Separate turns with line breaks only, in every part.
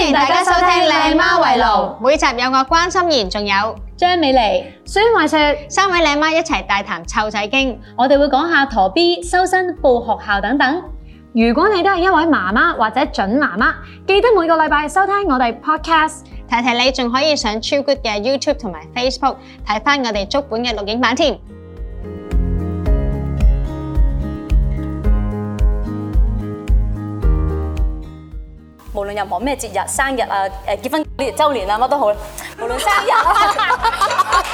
迎大家收聽《靚媽圍爐》，
每集有我關心妍，仲有
張美妮、
孫慧雪，
三位靚媽一齊大談湊仔經。
我哋會講下陀 B、修身、報學校等等。
如果你都係一位媽媽或者準媽媽，記得每個禮拜收聽我哋 podcast。
提提你仲可以上超 good 嘅 YouTube 同埋 Facebook 睇翻我哋足本嘅錄影版添。
無論任何咩節日、生日啊、誒結婚呢週年啊，乜都好啦。無論生日啊，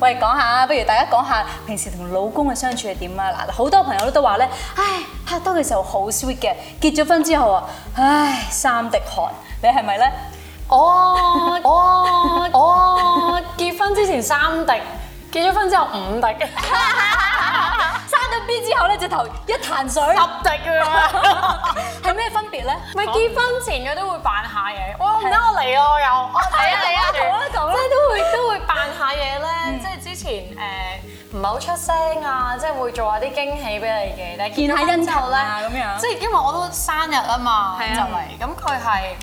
喂，講下，不如大家講下平時同老公嘅相處係點啊？嗱，好多朋友都話咧，唉，拍拖嘅時候好 sweet 嘅，結咗婚之後啊，唉，三滴汗，你係咪咧？
我我我哦結婚之前三滴，結咗婚之後五滴，
生咗 B 之後咧，隻頭一潭 水，
滴㗎。
係咩分別咧？
咪結婚前佢都會扮下嘢，我唔得我嚟啊我又，我睇啊
啊
你 啊，
講啦講啦
即係都會都會扮下嘢咧，即係之前誒唔係好出聲啊，即係會做下啲驚喜俾你嘅，但係
見下
結咗婚
恩
之
情
後咧
啊，咁樣
即係因為我都生日啊嘛，
係
就
啊
嚟咁佢係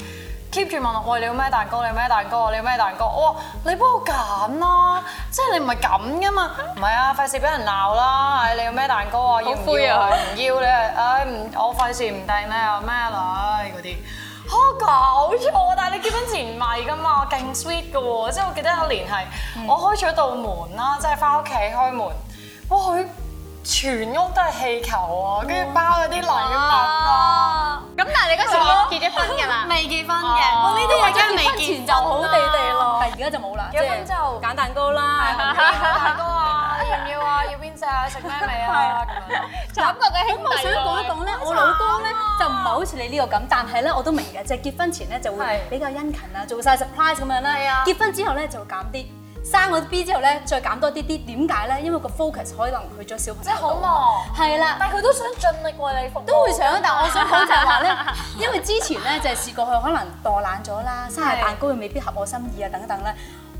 keep 住問我，喂你要咩蛋糕？你要咩蛋糕？你要咩蛋糕？我話你幫我揀啦，即係你唔係咁噶嘛，唔係啊，費事俾人鬧啦！唉，你要咩蛋糕啊？要唔要啊？唔要你係唉唔，我費事唔訂咩啊咩啦嗰啲。嚇搞錯！但係你結婚前唔係噶嘛，勁 sweet 噶喎！即係我記得有一年係我開咗道門啦，即係翻屋企開門，哇佢全屋都係氣球啊，跟住包嗰啲禮物。
啊！
咁但係你嗰時
我
結咗婚㗎啦，
未結婚
哇！呢
嘅，
啲嘢
真
真係婚前就好地地咯，但係而家就冇啦。
結婚之後
揀蛋糕啦，
大 哥啊，要唔要啊？要邊只啊？食咩味啊？咁樣咯
感覺佢兄
咁我想講一講咧，我老公咧就唔係好似你呢個咁，但係咧我都明嘅，即係結婚前咧就會
係
比較殷勤啊，做晒 surprise 咁樣
係
啦
啊。
結婚之後咧就會減啲，生咗 B 之後咧再減多啲啲。點解咧？因為個 focus 可能去咗小朋友，
即係好忙。
係啦。
但係佢都想盡力為你服務。
都會想，但我想 講就係話咧，因為之前咧就係試過佢可能墮懶咗啦，生日蛋糕又未必合我心意啊等等咧，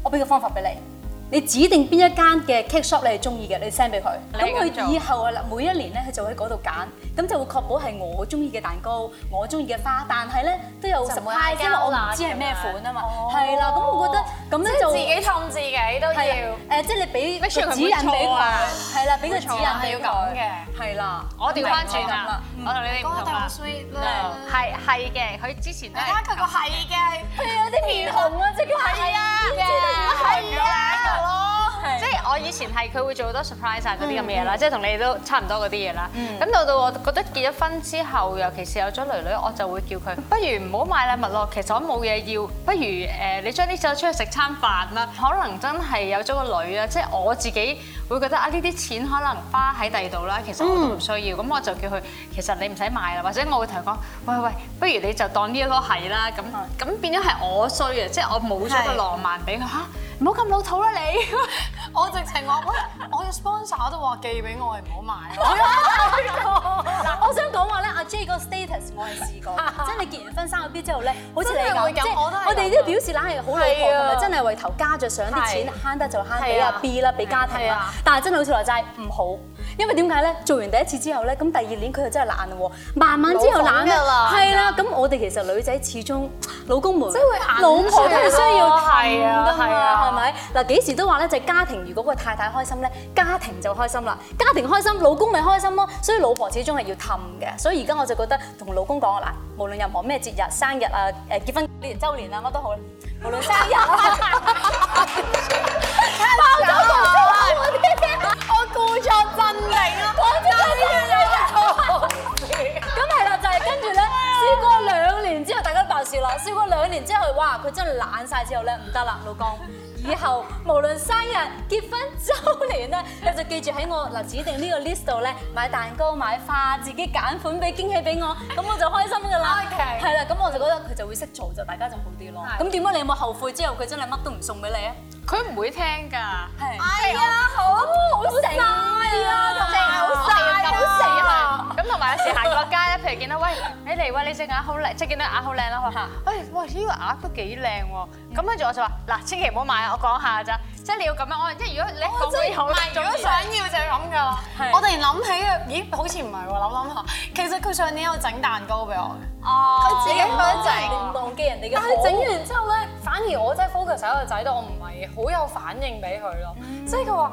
我俾個方法俾你，你指定邊一間嘅 cake shop 你係中意嘅，你 send 俾佢，咁佢以後啊每一年咧佢就會喺嗰度揀，咁就會確保係我中意嘅蛋糕，我中意嘅花，但係咧都有
就
十
唔會
派，
嗌交
因為我唔
啦
知係咩款啊嘛
哦，
係啦，咁我覺得咁咧就
自己氹自己都
係
要
啦。誒，即係你俾個
Make sure 佢唔會
指引俾
錯
佢
啊，
係啦，俾個指引
係
俾
要
佢
咁嘅，
係啦。
我調翻轉
明啦
啦，
嗯
我同你哋唔同啦。嗯
sweet
係係嘅，佢之前都
你睇
係
下佢個係嘅，
有啲面紅啊，即係係啊，
係啊，
即係我以前係佢會做好多 surprise 啊嗰啲咁嘅嘢啦，即係同你哋都差唔多嗰啲嘢啦。咁到到我覺得結咗婚之後，尤其是有咗女女，我就會叫佢，不如唔好買禮物咯，其實我冇嘢要，不如誒你將呢隻出去食餐飯啦。可能真係有咗個女啊，即係我自己會覺得啊呢啲錢可能花喺第二度啦，其實我都唔需要，咁我就叫佢其實你唔使買啦，或者我會同佢講，喂喂，不如你就當呢一個係啦，咁咁變咗係我衰啊，即係我冇咗個
係
浪漫俾佢嚇，唔好咁老土啦你。
我直情話喂，我嘅 sponsor 都話寄俾我，你唔好買咯。
嗱，我想講話咧，阿 J 個 status 我係試過，即係你結完婚生咗 B 之後咧，好似你
啊真係會
咁，
咁
即係
我都係咁
我哋啲表示冷係好老婆
係
咁
啊
啊，真係為頭家着想啲錢
係
慳得就慳俾
係
阿
啊
B 啦，俾家庭
係
啦
啊。
但係真係好似話齋唔好，因為點解咧？做完第一次之後咧，咁第二年佢就真係懶喎，慢慢之後懶啊
老奉㗎啦
係啦。咁我哋其實女仔始終老公們，即
係會硬
老婆都係需要
住咯
氹
係啊
㗎
係
嘛，
啊
係咪？嗱，幾時都話咧，就係家庭如果個太太開心咧，家庭就開心啦。家庭開心，老公咪開心咯。所以老婆始終係要氹嘅。所以而家我就覺得同老公講嗱，無論任何咩節日、生日啊、誒結婚年週年啊，我都好啦。無論生日啊， 包咗紅燒嗰啲， 我故作鎮定啦， 我真係要你咁係啦，就係跟住咧，試過兩年之後，大家都爆笑啦。試過兩年之後，哇！佢真係懶晒之後咧，唔得啦，老公。以後無論生日、結婚、周年咧， 你就記住喺我嗱指定呢個 list 度咧，買蛋糕、買花，自己揀款俾驚喜俾我，咁我就開心噶啦。
OK
係啦，咁我就覺得佢就會識做，就大家就好啲咯。咁點解你有冇後悔之後佢真係乜都唔送俾你啊？
佢唔會聽㗎，
係
係啊，好
好嘥啊！
即係我哋要咁試下。咁同埋有時行過街咧，譬如嚟見到喂，你嚟喂，你隻眼好靚，即係見到眼好靚啦，佢話喂喂呢個眼都幾靚喎。咁跟住我就話嗱，千祈唔好買啊，我講下咋，即係你要咁樣安，即係如果你講
即係
好
唔係，如果想要就係咁噶啦
係。
我突然諗起啊，咦，好似唔係喎，諗諗下，其實佢上年有整蛋糕俾我嘅，
哦，
佢自己
你唔好
想
就係唔
整。
忘記人哋嘅
但
好
係整完之後咧，反而我真係 focus 喺個仔度，我唔係好有反應俾佢咯。
嗯
即係佢話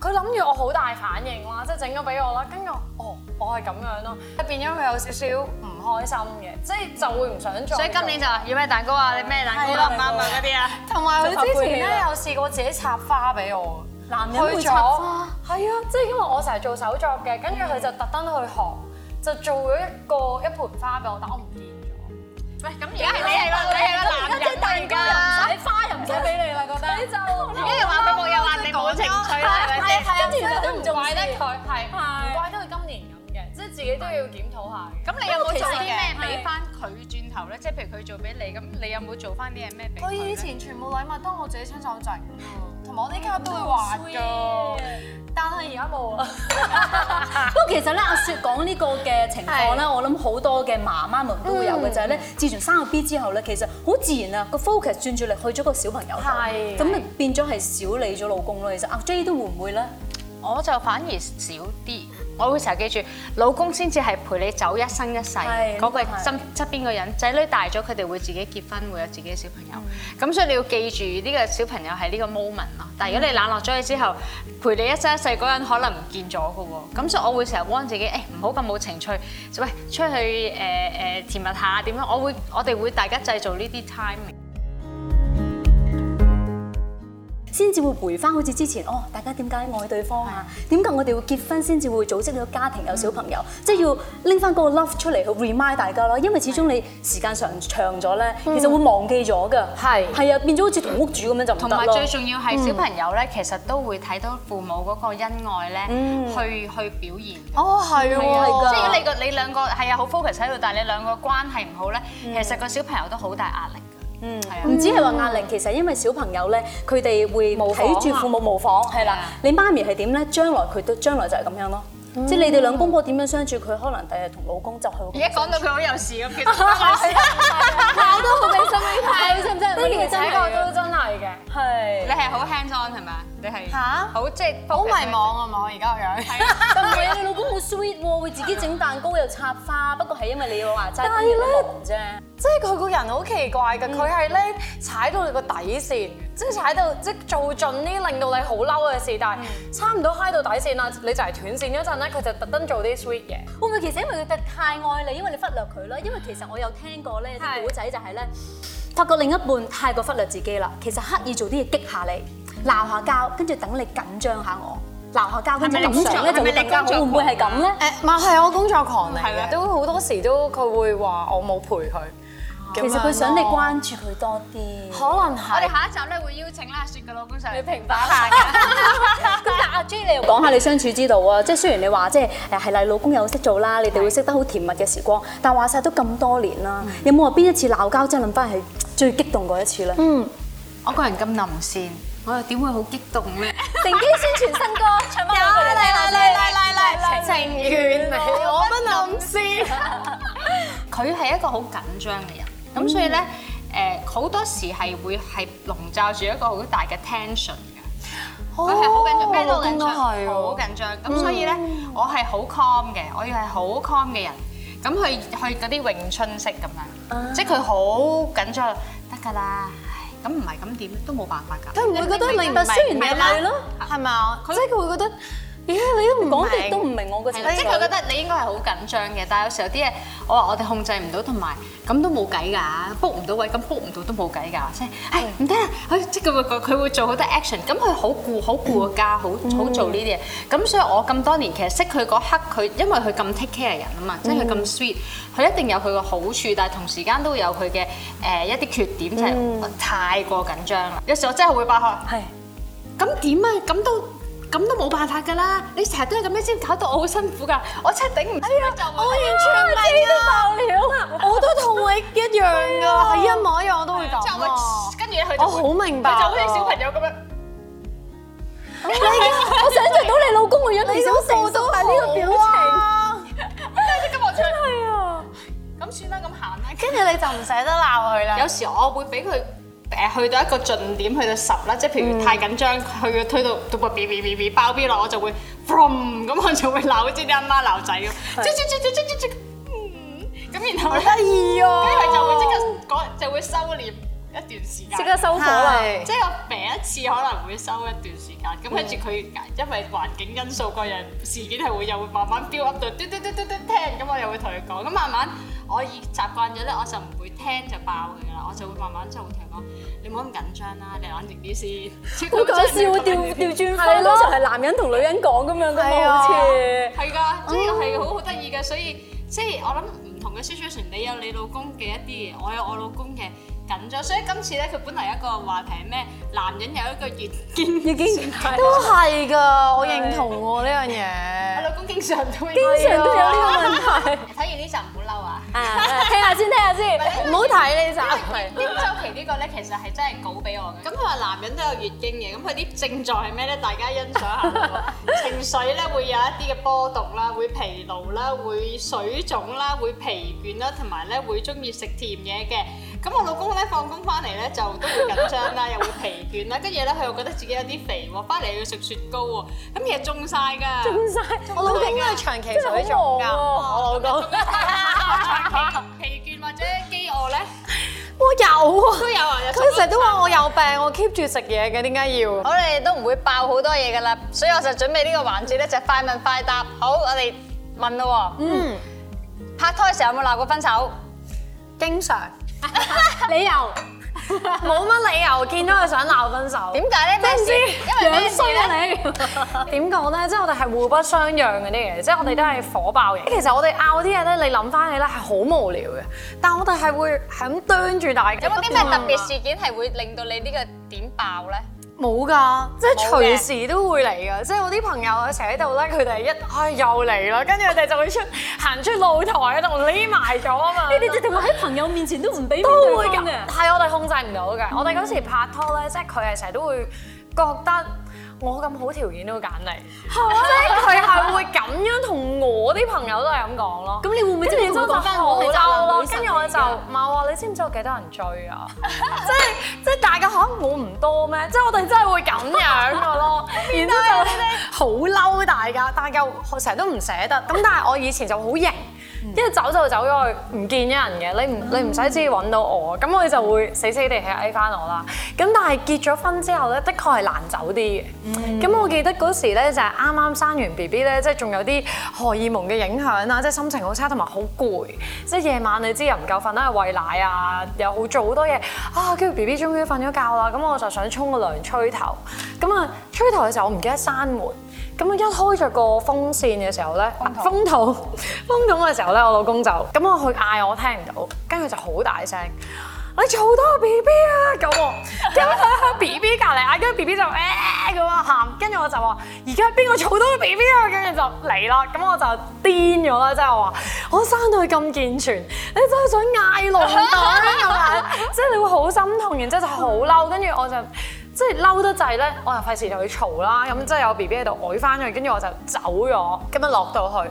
佢諗住我好大反應啦，即係整咗俾我啦，跟住我哦，我係咁樣咯，變咗佢有少少唔開心嘅，即係就會唔想做。
所以今年就話要咩蛋糕啊，你咩蛋糕
係
啊，
啦
唔啱啊嗰啲啊。
同埋佢之前
就
咧
發
有試過自己插花俾我，
男人
去
會
咗
插花，
係啊，即係因為我成日做手作嘅，跟住佢就特登去學，就做咗一個一盆花俾我，但我唔見咗。
喂，咁而家係你係個你係個男人嚟㗎，
唔使花又唔使俾你啦，覺得你就
而家又話佢冇又話你冇情趣啦，係咪先？
跟住你都唔重視
怪得佢係，唔
係
怪得佢今年咁嘅，即係自己都要檢討下嘅。
咁你有冇做啲咩俾翻佢轉頭咧？即係譬如佢做俾你，咁你有冇做翻啲嘢咩俾佢
佢
呢？
以前全部禮物都我自己親手整，同哦埋我啲家都會畫㗎，但係而家冇啊。
不過其實咧，阿雪講呢個嘅情況咧，我諗好多嘅媽媽們都會有嘅，就係咧，自從生咗 B 之後咧，其實好自然啊，個 focus 專注力去咗個小朋友度，
係
咁咪變咗係少理咗老公咯。其實阿 J 都會唔會咧？
我就反而少啲，我會成日記住，老公先至係陪你走一生一世
係
嗰個
呢個係
側側邊個人。仔女大咗，佢哋會自己結婚，會有自己嘅小朋友。
嗯
咁、所以你要記住呢個小朋友係呢個 moment 咯。但係如果你冷落咗佢之後，陪你一生一世嗰人可能唔見咗㗎喎。咁所以我會成日 warn 自己，誒唔好咁冇情趣，喂出去誒誒、呃甜蜜下點樣？我會我哋會大家製造呢啲 timing。
先至會回翻好似之前哦，大家點解愛對方啊？點解我哋會結婚先至會組織呢個家庭有小朋友？即係要拎翻嗰個 love 出嚟去 remind 大家咯，因為始終你時間長長咗咧，其實會忘記咗㗎。
係
係啊，變咗好似同屋主咁樣就唔
同
得
埋
咯
最。重要係小朋友咧，其實都會睇到父母嗰個恩愛咧，去去表現嘅。
哦，係
係啊
㗎
即係如果你個你兩個係啊好 focus 喺度，但係你兩個關係唔好咧，其實個小朋友都好大壓力㗎。嗯，係啊。
唔止係話壓力，其實因為小朋友咧，佢哋會睇住父母模仿，係啦
係啊。
你媽咪係點咧？將來佢都將來就係咁樣咯。即係你哋兩公婆點樣相處，佢可能第日同老公就係會咁
而家講到佢好有事咁，其實關我事。
我都好俾心機睇，真唔真？呢
呢個
個真
睇
係
過都真係嘅。
係
你。係好 hands on 係咪啊？你係
吓
好即係
好
focus
迷
喺
茫啊嘛，我而家個樣。
但唔係啊，你老公好 sweet 喎，會自己整蛋糕又插花，不過係因為你話齋
但係
工
咧
作忙啫。
即係佢個人好奇怪嘅，佢係咧踩到你個底線，即係踩到即係做盡呢令到你好嬲嘅事，但係差唔多嗨到底線啦，你就嚟斷線嗰陣咧，佢就特登做啲 sweet 嘢。
會唔會其實因為佢太愛你，因為你忽略佢啦？因為其實我有聽過咧啲
係
古仔就係咧，發覺另一半太過忽略自己啦，其實刻意做啲嘢激下你，鬧下交，跟住等你緊張下我，鬧下交，跟住
係咪你
咁
工
常
作
咧就會更加好，
係咪
會
你
唔
工
會係
作
咁咧？
誒，唔係係我工作狂嚟
係咩
嘅，都好多時都佢會話我冇陪佢。
其實佢想你，關注佢多
可
啲。
能
我哋
係。
下一集咧會邀請啦雪嘅老公上嚟評
反
下 嘅。
咁但阿 J 你又講下你相處之道啊，即係雖然你話即係誒係啦，老公又識做啦，你哋會識得好甜蜜嘅時光，但話晒都咁多年啦，有冇話邊一次鬧交真係諗翻係最激動嗰一次咧？
我個人咁臨線，我又點會好激動咧？
乘機宣傳新歌， 唱翻俾佢哋聽先
嚟嚟，情願你我不諗 先。
佢係一個好緊張嘅人，咁所以咧誒好多時係會係籠罩住一個好大嘅 tension 嘅。佢係好緊張，咩都緊張，好緊張。咁所以咧，我係好 calm 嘅，我要係好 calm 嘅人。咁去去嗰啲詠春式咁樣，即係佢好緊張，得㗎啦。唉咁唔係咁點都冇辦法㗎。
佢唔會覺得你唔
但雖然
明
係
啦
係咯，
係咪啊？即係佢會覺得，咦，你都唔
講
明
極都唔明我嘅情
係啦
緒。
即係佢覺得你應該係好緊張嘅，但係有時候啲嘢我話我哋控制唔到，同埋咁都冇計㗎，book 唔到位，咁 book 唔到都冇計㗎，即係唉唔得啦，佢即係佢會佢佢會做好多 action，咁佢好顧好顧個家，好好做呢啲嘢，咁所以我咁多年其實識佢嗰刻，佢因為佢咁 take care 人啊嘛，即係佢咁 sweet，佢一定有佢嘅好處，但係同時間都會有佢嘅誒一啲缺點，就係我太過緊張啦，有時我真係會爆開。
係
咁點啊？咁都咁都冇辦法㗎啦！你成日都係咁樣先搞到我好辛苦㗎，我真係頂唔住啦！就
我完全唔明啊！我都同你一樣㗎，係一模一樣，我都會
之後
咁啊
我！跟住咧佢
我
就
好
會
明白
佢
啊，
就好似小朋友咁樣，
我想像到你老公個樣，你
你
想
嗰
成
個
熟
都
係呢個表情。
情。
即係咁我出去。
就唔捨得鬧佢啦。
有時我會俾佢誒去到一個盡點，去到十啦，即係譬如太緊張，佢推到到個 B B B B 爆邊落，我就會 from 咁我就會鬧，好似啲阿媽鬧仔咁，即即即即即即即嗯咁然後咧，
得意啊！
跟住佢就會即刻嗰就會收斂一段時間，
即刻收火啦！
係
即係我病一次可能會收一段時間，咁
嗯
跟住佢因為環境因素個人事件係會又會慢慢 build up 到嘟嘟嘟嘟嘟聽，咁我又會同佢講，咁慢慢我已習慣咗咧，我就唔會聽就爆佢啦，我就會慢慢就會同佢講，你唔好咁緊張啦，你冷靜啲先。即係佢
好
會
搞
真係
笑，啊會
咁樣
調
同你
調轉翻，通常係男人同女人講咁樣噶嘛，好似。
係㗎，即係係好好得意嘅，所以即係我諗唔同嘅 situation，你有你老公嘅一啲嘢，我有我老公嘅緊張，所以今次咧佢本嚟一個話題係咩，男人有一個月經
已經係
都哦係㗎，我認同喎呢樣
我
嘢。
老公經常都會
經常都有呢個問題。
睇 完呢集唔好嬲啊！
啊啊聽下先，聽下先。
唔好睇呢集
呢周期呢個咧，其實係真係稿俾我嘅。咁佢話男人都有月經嘅，咁佢啲症狀係咩咧？大家欣賞下 喎。情緒咧會有一啲嘅波動啦，會疲勞啦，會水腫啦，會疲倦啦，同埋咧會中意食甜嘢嘅。咁我老公咧放工翻嚟咧就都會緊張 啦，又會疲倦啦，跟住咧佢又覺得自己有啲肥喎，翻嚟又要食雪糕喎，咁其實中晒㗎。
中晒，
我老公都係長期水
真係好
腫
忙
㗎，
喎
我老公。
疲倦或者飢餓 咧
我有啊。
都有啊，有
佢成日都話我有病，我 keep 住食嘢嘅，點解要？
好，你哋都唔會爆好多嘢噶啦，所以我就準備呢個環節咧，就係快問快答。好，我哋問咯喎。
嗯，
拍拖嘅時候有冇鬧過分手？
經常
理由
冇乜理由見到佢想鬧分手。
點解咧？咩事？因為咩
樣
事
衰
咧？
啊你。
點講咧？即係我哋係互不相讓嗰啲嘢，即係我哋都係火爆型。 其實我哋拗啲嘢咧，你諗翻起咧係好無聊嘅，但我哋係會係咁啄住大家。
有冇啲咩特別事件係會令到你呢個點爆咧？
冇㗎，即係
冇嘅
隨時都會嚟㗎。即係我啲朋友啊，成日喺度咧，佢哋一唉又嚟啦，跟住佢哋就會出行出露台喺度匿埋咗啊嘛。
你哋直同我喺朋友面前都唔俾面
都
對
會
方
㗎
嘅，。
Oh 係我哋控制唔到嘅。我哋嗰時拍拖咧，即係佢係成日都會覺得我咁好條件都會揀你， 即係佢係會咁樣同我啲朋友都係咁講咯。
咁你會唔會哦即係
然之後就好嬲咯，跟住我就
係
冇啊！你知唔知有幾多人追 啊？即係即係大家嚇我唔多咩？即係我哋真係會咁樣噶咯，然之後就好嬲大家，但係又成日都唔捨得。咁但係我以前就好型，一走就走咗去，唔見咗人嘅。你唔你唔使知揾到我，咁我就會死死地氣嗌翻我啦。咁但係結咗婚之後咧，的確係難走啲嘅。咁我記得嗰時咧就係啱啱生完 B B 咧，即係仲有啲荷爾蒙嘅影響啊啦，即係心情好差同埋好攰，即係夜晚你知又唔夠瞓啦，又餵奶啊，又好做好多嘢啊，跟住 B B 終於瞓咗覺啦，咁我就想沖個涼吹頭，咁啊吹頭嘅時候我唔記得閂門，咁啊一開着個風扇嘅時候咧，啊風筒 風筒嘅時候咧，我老公就咁我去嗌我聽唔到，跟住就好大聲。你嘈到我 B B 啊咁喎， 咁佢喺 B B 隔離嗌，跟住 B B 就誒咁啊喊，跟住我就話：而家邊個嘈到我 B B 啊？跟住就嚟啦，咁我就癲咗啦，即係我話我生到佢咁健全，你真係想嗌啊聾 咗咁樣，即係你會好心痛，然之後就好嬲，跟住我就。即係嬲得滯咧，我又費事同佢嘈啦，咁即係有 B B 喺度揹翻佢，跟住我就走咗，咁樣啊落到去，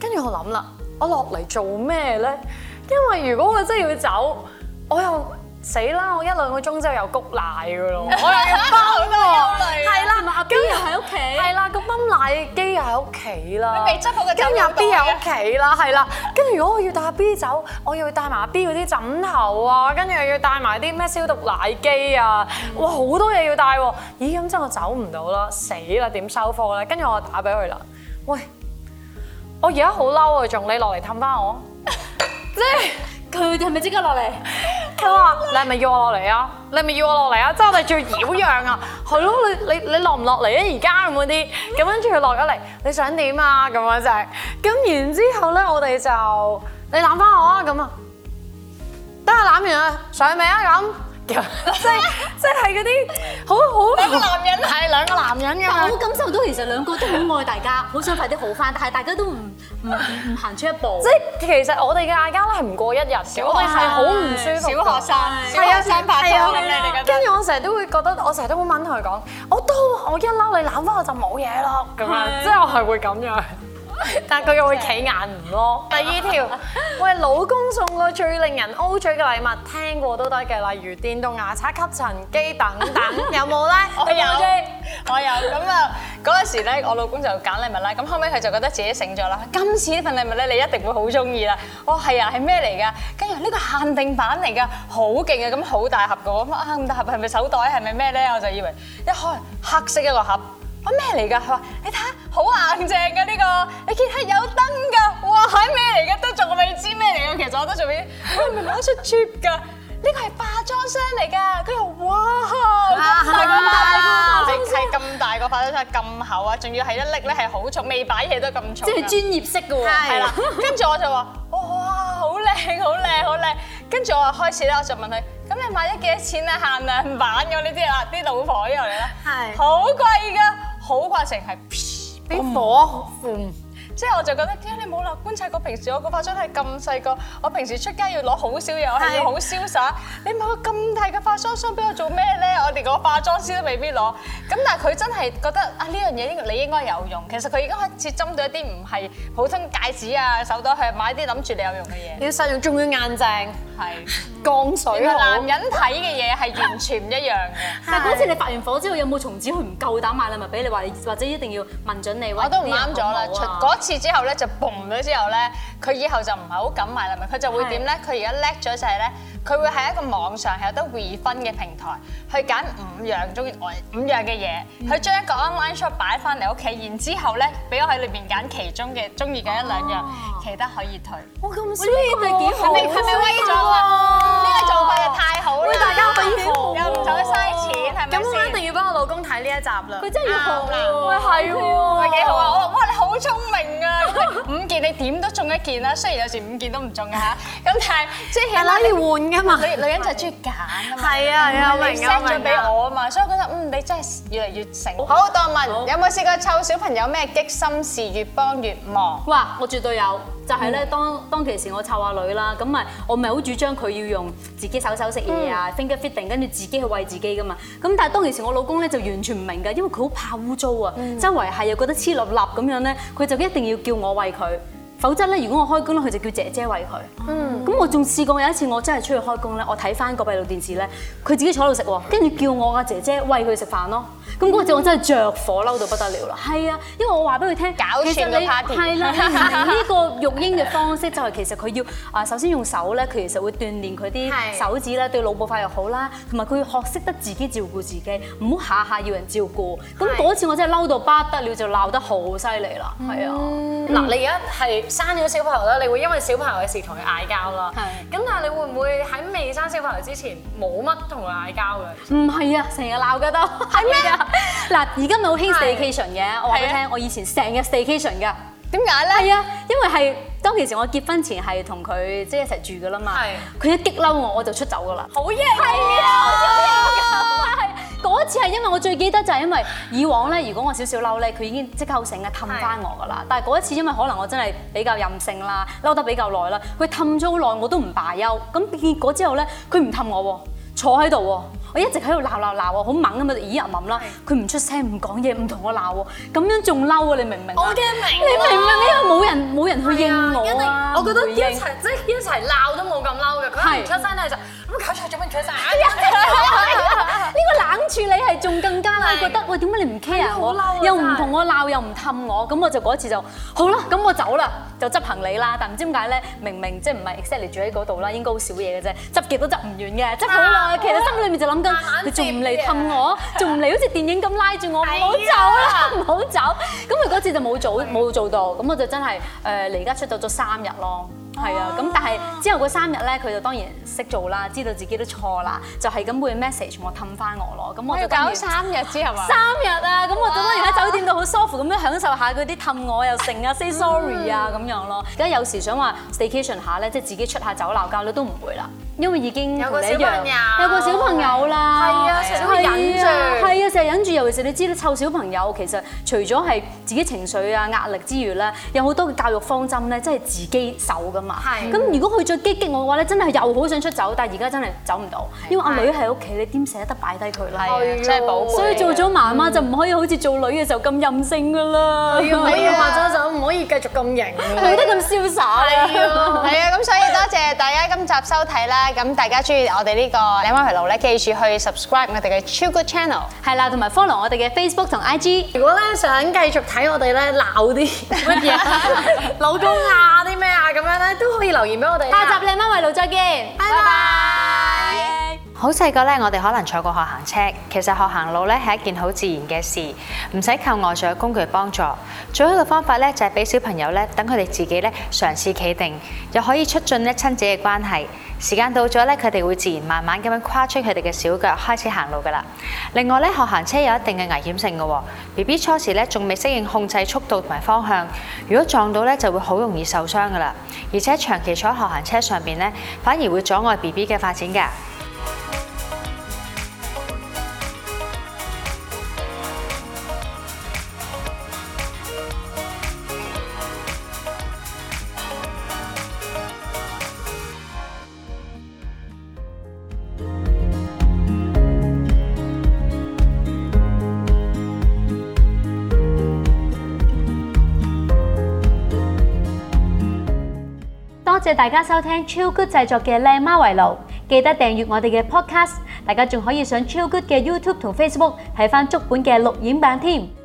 跟住我諗啦，我落嚟做咩咧？因為如果我真係要走，我又死啦！我一兩個鐘之後又谷奶噶 咯，我又要泵喎，係啦，
跟住喺屋企，
係啦，個泵奶機又喺屋企啦，
你未執好個枕
跟住
頭
阿 B 又
袋啊
喺屋企啦，係啦，跟住如果我要帶阿 B 走，我又要帶埋阿 B 嗰啲枕頭啊，跟住又要帶埋啲咩消毒奶機啊，哇好多嘢要帶喎，咦咁真係我走唔到啦，死啦點收科咧？跟住我打俾佢啦，喂，我而家好嬲啊，仲你落嚟氹翻我。
佢哋係咪即刻落嚟？
佢話：你係咪要我落嚟啊？你係咪要我落嚟啊？即係我哋最擾攘啊！係咯，你你你落唔落嚟啊？而家咁嗰啲，咁跟住佢落咗嚟，你想點啊？咁樣就係，咁然之後咧，我哋就你攬翻我啊咁啊，得啊攬完啊，上未啊咁， 咁即係即係嗰啲好好兩個男人係兩個男人咁
但
樣
我。感受到其實兩個都好愛大家，好想快啲好翻，但係大家都唔唔唔唔行出一步
即。係其實我哋嘅嗌交咧係唔過一日嘅，我哋係好唔舒服嘅。
小學生，小
係啊，
學生拍拖咁你哋覺得？
跟住我成日都會覺得，我成日都會 問佢講，我都話我一嬲你攬翻我就冇嘢咯，咁樣，即係我係會咁樣。但佢又會企眼唔咯。第二條， 喂，老公送個最令人 O 嘴嘅禮物，聽過都得嘅，例如電動牙刷、吸塵機等 等，有冇咧？
我有
OK
我有咁啊！嗰陣時咧，我老公就揀禮物啦。咁後尾佢就覺得自己醒咗啦。今次呢份禮物咧，你一定會好中意啦。我係啊，係咩嚟㗎？跟住呢個限定版嚟㗎，好勁啊！咁好大盒㗎喎，咁啊咁大盒係咪手袋？係咪咩咧？我就以為一開黑色一個盒，我咩嚟㗎？佢話你睇下，好硬淨㗎呢個，你見係有燈㗎。哇，係咩嚟㗎？都仲未知咩嚟㗎。其實我都仲未，我明明攞出 cheap 㗎。呢個係化妝箱嚟㗎，佢話哇，
À,
咁大個大個係係咁大個化妝箱咁厚啊，仲要係一拎咧係好重，未擺嘢都咁重
即
㗎。
係專業式嘅喎。
係啦，跟住我就話：哇，好靚，好靚，好靚！跟住我就開始咧，我就問佢：咁你買咗幾多錢啊？限量版嘅呢啲啦，啲老婆呢度嚟啦，
係
好貴㗎，好貴成係
俾火嗯
即係我就覺得，點解你冇啦？觀察過平時我個化妝係咁細個，我平時出街要攞好少嘢，我係要好瀟灑。你買個咁大嘅化妝箱俾我做咩咧？我哋個化妝師都未必攞。咁但係佢真係覺得啊呢樣嘢應你應該有用。其實佢已經開始針對一啲唔係普通戒指啊、手袋，去買啲諗住你有用嘅嘢。
要實用，仲要硬淨，
係，
降水
原來
好。
男人睇嘅嘢係完全唔一樣嘅。
但嗰次你發完火之後，有冇從此佢唔夠膽買禮物俾你，話你或者一定要問準你？
我都唔啱咗啦，
喂
出
呢樣好唔好啊
嗰次之後咧就 boom 咗之後咧，佢以後就唔係好敢買禮物，佢就會點咧？佢而家叻咗就係咧，佢會喺一個網上係有得 refund 嘅平台，去揀五樣中意五樣嘅嘢，佢將一個 online shop 擺翻嚟屋企，然之後咧俾我喺裏邊揀其中嘅中意嘅一兩樣，其他可以退。
我咁
喂呢個幾好啊，
係咪係咪威咗啊？呢個做法就太好啦！
大家可以學喎
又唔使嘥錢，係咪
咁我一
先？
定要幫我老公睇呢一集啦。
佢真係要學
啱
啦。喂，係喎，
Ờ,
喂幾好
Ờ.
啊！我話哇，你好聰明啊！五件你點都中一件啦，雖然有時五件都唔中嘅嚇，咁但係即係起
係啦，
碼
要換噶嘛。
女女人就係中意揀啊嘛。
係啊，係啊，
oh
你
明啊，
send
明啊
咗俾我啊嘛，所以我覺得嗯你真係越嚟越成。好，當問
Dạ,
有冇試過湊小朋友咩激心事越幫越忙？
哇！我絕對有，就係咧，當當其時我湊阿女啦，咁咪我咪好主張佢要用自己手手食嘢啊，finger fitting，跟住自己去餵自己噶嘛。咁但係當其時我老公咧就完全唔明㗎，因為佢好怕污糟啊，周圍係又覺得黐立立咁樣咧，佢就一定要叫我餵佢。否則咧，如果我開工咧，佢就叫姐姐餵佢。嗯。咁我仲試過有一次，我真係出去開工咧，我睇翻個閉路電視咧，佢自己坐喺度食喎，跟住叫我阿姐姐餵佢食飯咯。咁嗰陣我真係着火嬲到不得了啦。係啊，因為我話俾佢聽，
搞
其實
串個
你
party
係啦，你唔明呢個育嬰嘅方式就係其實佢要啊，首先用手咧，佢其實會鍛鍊佢啲
係
手指咧，對腦部發育好啦，同埋佢要學識得自己照顧自己，唔好下下要人照顧。咁
係
嗰次我真係嬲到不得了，就鬧得好犀利啦，係啊。
嗱，你而家係生咗小朋友啦，你會因為小朋友嘅事同佢嗌交啦。
係
咁但係你會唔會喺未生小朋友之前冇乜同佢嗌交嘅？
唔係啊，成日鬧噶都 係咩？嗱，而家咪好興 staycation 嘅，我話俾你
係
聽，我以前成日 staycation 噶。
點解
係
咧？
啊，因為係當其時我結婚前係同佢即係一齊住噶啦嘛
係，
佢一激嬲我我就出走噶啦。
好嘢！係
啊嗰次係因為我最記得就係因為以往咧，如果我少少嬲咧，佢已經即刻好醒嘅啊氹翻我噶啦。但係嗰一次因為可能我真係比較任性啦，嬲得比較耐啦，佢氹咗好耐我都唔罷休。咁結果之後咧，佢唔氹我喎，坐喺度喎，我一直喺度鬧鬧鬧喎，好猛咁樣啊咦吟吟啦，佢唔出聲唔講嘢唔同我鬧喎，咁樣仲嬲啊！你明唔明啊？
我嘅明
你明唔明啊？因為冇人冇人去應
一
我
定
啊，
我覺得
唔會
一
應
齊即係一齊鬧都冇咁嬲嘅，佢
係
唔出聲咧就咁搞錯做咩唔出聲？啊
啊呢個冷處理係仲更加啦，
係
覺得喂點解你唔 care
好嬲啊
我，又
真
唔
係
同我鬧，又唔氹我，咁我就嗰次就好啦，咁我走啦，就執行李啦。但唔知點解咧，明明即係唔係 exactly 住喺嗰度啦，應該好少嘢嘅啫，執極都執唔完嘅，執好
啊
耐，其實心裏面就諗緊
慢慢
佢仲唔嚟
接嘅
氹我，仲唔嚟好似電影咁拉住我，唔好
係
走
啊
啦，唔好走。咁佢嗰次就冇做冇做到，咁我就真係誒嚟而家出走咗三日咯。係啊，咁但係之後嗰三日咧，佢就當然識做啦，知道自己都錯啦，就係咁會 message 我氹翻我咯。咁我
我
就
要
當
搞
然
三日之後啊！
三日啊，咁我就當然喺酒店度好舒服咁樣享受下嗰啲氹我又剩 啊 say sorry 啊咁樣咯。而家有時想話 staycation 下咧，即係自己出下走鬧交咧都唔會啦，因為已經
有個
同你一樣
小朋友
有個小朋友啦，
係啊成日都會忍住
係啊係啊，成日忍住。尤其是你知道湊小朋友，其實除咗係自己情緒啊壓力之餘咧，有好多嘅教育方針咧，真係自己受噶噶嘛。
係
咁如果佢再激激我嘅話咧，真係又好想出走，但係而家真係走唔到，因為阿女喺屋企，你點捨得擺低佢啦？
係啊，真係寶貝。
所以做咗媽媽就唔可以好似做女嘅時候咁任性噶啦，
唔可以話走就唔可以繼續咁型。
冇得咁瀟灑啊！
係啊，咁所以多謝大家今集收睇啦。咁大家中意我哋呢個兩位頻道咧，記住去 subscribe 我哋嘅超 good channel。
係啦，同埋 follow 我哋嘅 Facebook 同 IG。
如果咧想繼續睇我哋咧鬧啲乜嘢老公啊啲咩啊咁樣咧，都可以留言俾我哋啊啦。
下集靚媽圍爐再見，拜拜。
好細個咧，我哋可能坐過學行車，其實學行路咧係一件好自然嘅事，唔使靠外在嘅工具幫助。最好嘅方法咧就係俾小朋友咧，等佢哋自己咧嘗試企定，又可以促進咧親子嘅關係。時間到咗咧，佢哋會自然慢慢咁樣跨出佢哋嘅小腳，開始行路噶啦。另外咧，學行車有一定嘅危險性嘅喎，B B 初時咧仲未適應控制速度同埋方向，如果撞到咧就會好容易受傷噶啦，而且長期坐喺學行車上邊咧，反而會阻礙 B B 嘅發展㗎。
多謝大家收聽超 good 製作嘅《靚媽圍爐》，記得訂閱我哋嘅 podcast，大家仲可以上超 good 嘅 YouTube 同 Facebook 睇翻足本嘅錄影版添。